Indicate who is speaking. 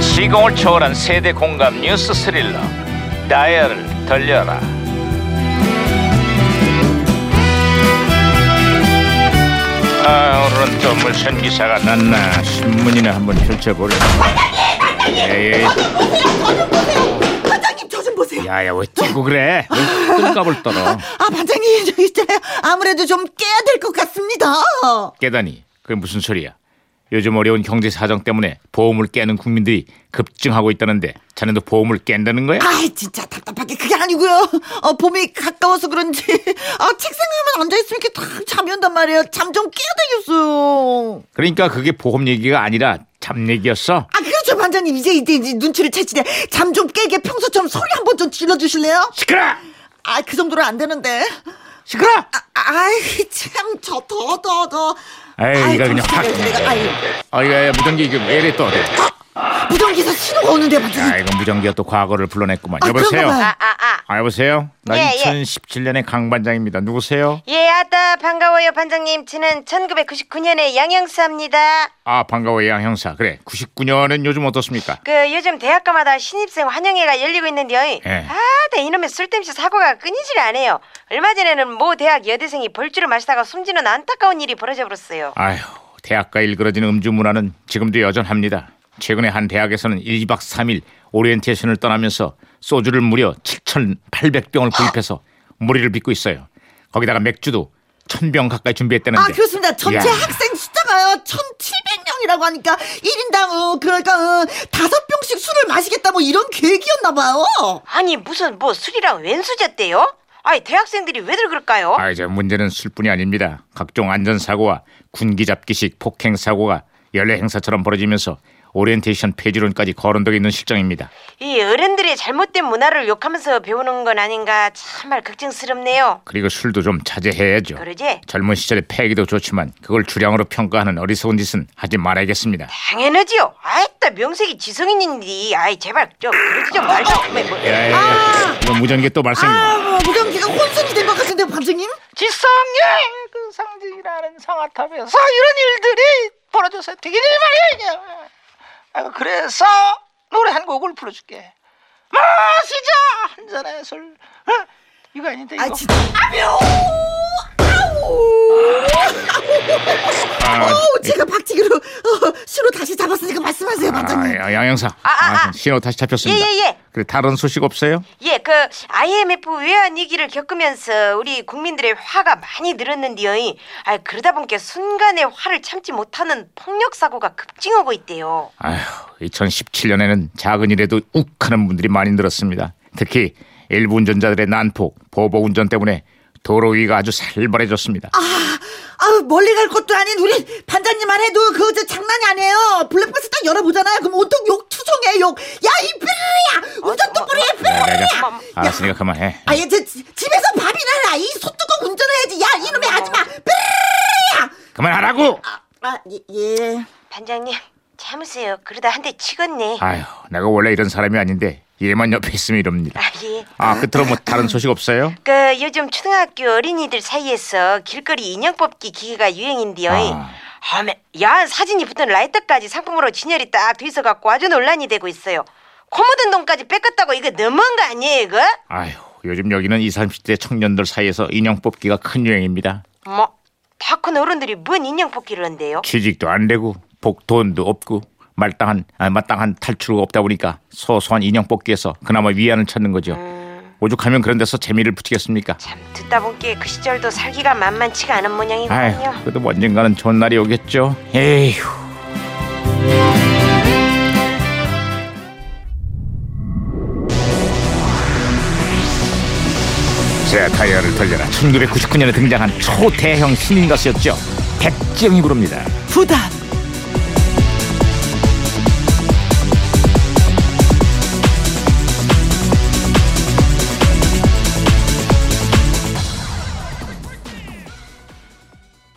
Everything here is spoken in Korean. Speaker 1: 시공을 초월한 세대 공감 뉴스 스릴러 다이얼을 돌려라 아 오늘은 또 무슨 기사가 났나 신문이나 한번 펼쳐보려 에이
Speaker 2: 반장님 저 좀 보세요.
Speaker 1: 야야 왜 뛰고 그래 왜 뜰까불 떨어
Speaker 2: 아 반장님 저 있잖아요. 아무래도 좀 깨야 될 것 같습니다. 아,
Speaker 1: 깨다니 그게 무슨 소리야 요즘 어려운 경제 사정 때문에 보험을 깨는 국민들이 급증하고 있다는데 자네도 보험을 깬다는 거야?
Speaker 2: 아 진짜 답답하게 그게 아니고요. 어, 봄이 가까워서 그런지 아 책상에만 앉아 있으면 이렇게 탁 잠이 온단 말이에요. 잠 좀 깨야 되겠어요.
Speaker 1: 그러니까 그게 보험 얘기가 아니라 잠 얘기였어?
Speaker 2: 아 그렇죠 반장님 이제 이제, 이제 눈치를 채시네. 잠 좀 깨게 평소처럼 소리 한 번 좀 질러 주실래요?
Speaker 1: 시끄러!
Speaker 2: 아 그 정도로 안 되는데.
Speaker 1: 시끄러!
Speaker 2: 아, 아이 참 저 더 더 더.
Speaker 1: 에이, 이거 그냥 확.
Speaker 2: 내가 아이
Speaker 1: 아, 이거 야, 무전기 이게 왜 이래 또?
Speaker 2: 아,
Speaker 1: 야,
Speaker 2: 무전기에서 신호가 오는데 반장님.
Speaker 1: 이거 무전기가 또 과거를 불러냈구만.
Speaker 2: 아,
Speaker 1: 여보세요?
Speaker 2: 그런가 봐요.
Speaker 3: 아아
Speaker 1: 아, 여보세요? 나
Speaker 3: 예, 예.
Speaker 1: 2017년의 강반장입니다. 누구세요?
Speaker 3: 예, 아따 반가워요 반장님. 저는 1999년에 양형사입니다.
Speaker 1: 아, 반가워요, 양 형사. 그래, 99년은 요즘 어떻습니까?
Speaker 3: 그 요즘 대학가마다 신입생 환영회가 열리고 있는데요.
Speaker 1: 예.
Speaker 3: 아따 네. 이놈의 쓸데없이 사고가 끊이질 않아요. 얼마 전에는 모 대학 여대생이 벌주를 마시다가 숨지는 안타까운 일이 벌어져 버렸어요.
Speaker 1: 아휴, 대학가 일그러진 음주 문화는 지금도 여전합니다. 최근에 한 대학에서는 1박 3일 오리엔테이션을 떠나면서 소주를 무려 7,800병을 구입해서 무리를 빚고 있어요. 거기다가 맥주도 1,000병 가까이 준비했다는데.
Speaker 2: 아 그렇습니다. 전체
Speaker 1: 네. 이야.
Speaker 2: 학생 숫자가요 1,700명이라고 하니까 1인당 어, 그러니까 어, 다섯 병씩 술을 마시겠다 뭐 이런 계획이었나 봐요.
Speaker 3: 아니 무슨 뭐 술이랑 웬수저대요? 아이 대학생들이 왜들 그럴까요?
Speaker 1: 아, 이제 문제는 술뿐이 아닙니다. 각종 안전사고와 군기잡기식 폭행사고가 연례 행사처럼 벌어지면서 오리엔테이션 폐지론까지 거론되고 있는 실정입니다.
Speaker 3: 이 어른들의 잘못된 문화를 욕하면서 배우는 건 아닌가 참말 걱정스럽네요.
Speaker 1: 그리고 술도 좀 자제해야죠.
Speaker 3: 그러지?
Speaker 1: 젊은 시절의 패기도 좋지만 그걸 주량으로 평가하는 어리석은 짓은 하지 말아야겠습니다.
Speaker 3: 당연하지요. 아이따 명색이 지성인인데, 아이 제발 좀 그러지 좀 말자. 어메, 뭐.
Speaker 1: 야야야, 이거 무전기 또 발생이다.
Speaker 2: 아뭐 무전기가 혼선이 된 것 같은데 반장님?
Speaker 4: 지성의 그 상징이라는 상아탑에서 이런 일들이 벌어져서 되긴 말이야. 그냥. 아, 그래서 노래 한 곡을 불러줄게. 마시자 한 잔의 술. 어? 이거 아닌데 이거.
Speaker 2: 아 진짜.
Speaker 1: 아,
Speaker 2: 오 제가 박치기로 어, 술로 다시 잡았으니까 말씀하세요 반장님.
Speaker 1: 아, 양형사,
Speaker 3: 아, 아.
Speaker 1: 신호 다시 잡혔습니다.
Speaker 3: 예, 예, 예.
Speaker 1: 그래 다른 소식 없어요?
Speaker 3: 예, 그 IMF 외환 위기를 겪으면서 우리 국민들의 화가 많이 늘었는데요. 아, 그러다 보니까 순간의 화를 참지 못하는 폭력 사고가 급증하고 있대요.
Speaker 1: 아휴, 2017년에는 작은 일에도 욱하는 분들이 많이 늘었습니다. 특히 일부 운전자들의 난폭, 보복 운전 때문에 도로 위가 아주 살벌해졌습니다.
Speaker 2: 아, 아 멀리 갈 것도 아닌 우리 반장님만 해도 그저 장난이 아니에요. 블랙박스 딱 열어보잖아요. 그럼 온통 욕 투성해 욕. 야이 삐리야 운전도 뿌리야
Speaker 1: 야, 야,
Speaker 2: 삐리야.
Speaker 1: 야. 알았으니까 그만해.
Speaker 2: 아예 제 지- 집에서 밥이나 라이 소뚜껑 운전해야지. 야 이놈의 아줌마 삐리야.
Speaker 1: 그만하라고.
Speaker 2: 아, 예, 예.
Speaker 3: 반장님, 참으세요. 그러다 한 대 치겠네.
Speaker 1: 아휴, 내가 원래 이런 사람이 아닌데 얘만 옆에 있으면 이럽니다.
Speaker 3: 아, 예.
Speaker 1: 아, 끝으로 뭐 다른 소식 없어요?
Speaker 3: 그 요즘 초등학교 어린이들 사이에서 길거리 인형 뽑기 기계가 유행인데요.
Speaker 1: 아.
Speaker 3: 하면 야한 사진이 붙은 라이터까지 상품으로 진열이 딱 돼서 갖고 아주 논란이 되고 있어요. 코 묻은 돈까지 뺏겼다고 이거 너무한 거 아니에요 이거?
Speaker 1: 아휴, 요즘 여기는 20, 30대 청년들 사이에서 인형 뽑기가 큰 유행입니다.
Speaker 3: 뭐 다 큰 어른들이 뭔 인형 뽑기를 한대요?
Speaker 1: 취직도 안 되고 복돈도 없고 말당한 아, 마땅한 탈출구가 없다 보니까 소소한 인형 뽑기에서 그나마 위안을 찾는 거죠. 오죽하면 그런 데서 재미를 붙이겠습니까?
Speaker 3: 참 듣다 보니 그 시절도 살기가 만만치가 않은 모양이군요.
Speaker 1: 아휴, 그래도 뭐 언젠가는 좋은 날이 오겠죠. 에휴. 제 타이어를 돌려라. 1999년에 등장한 초대형 신인 가수였죠. 백지영이 부릅니다.
Speaker 2: 부담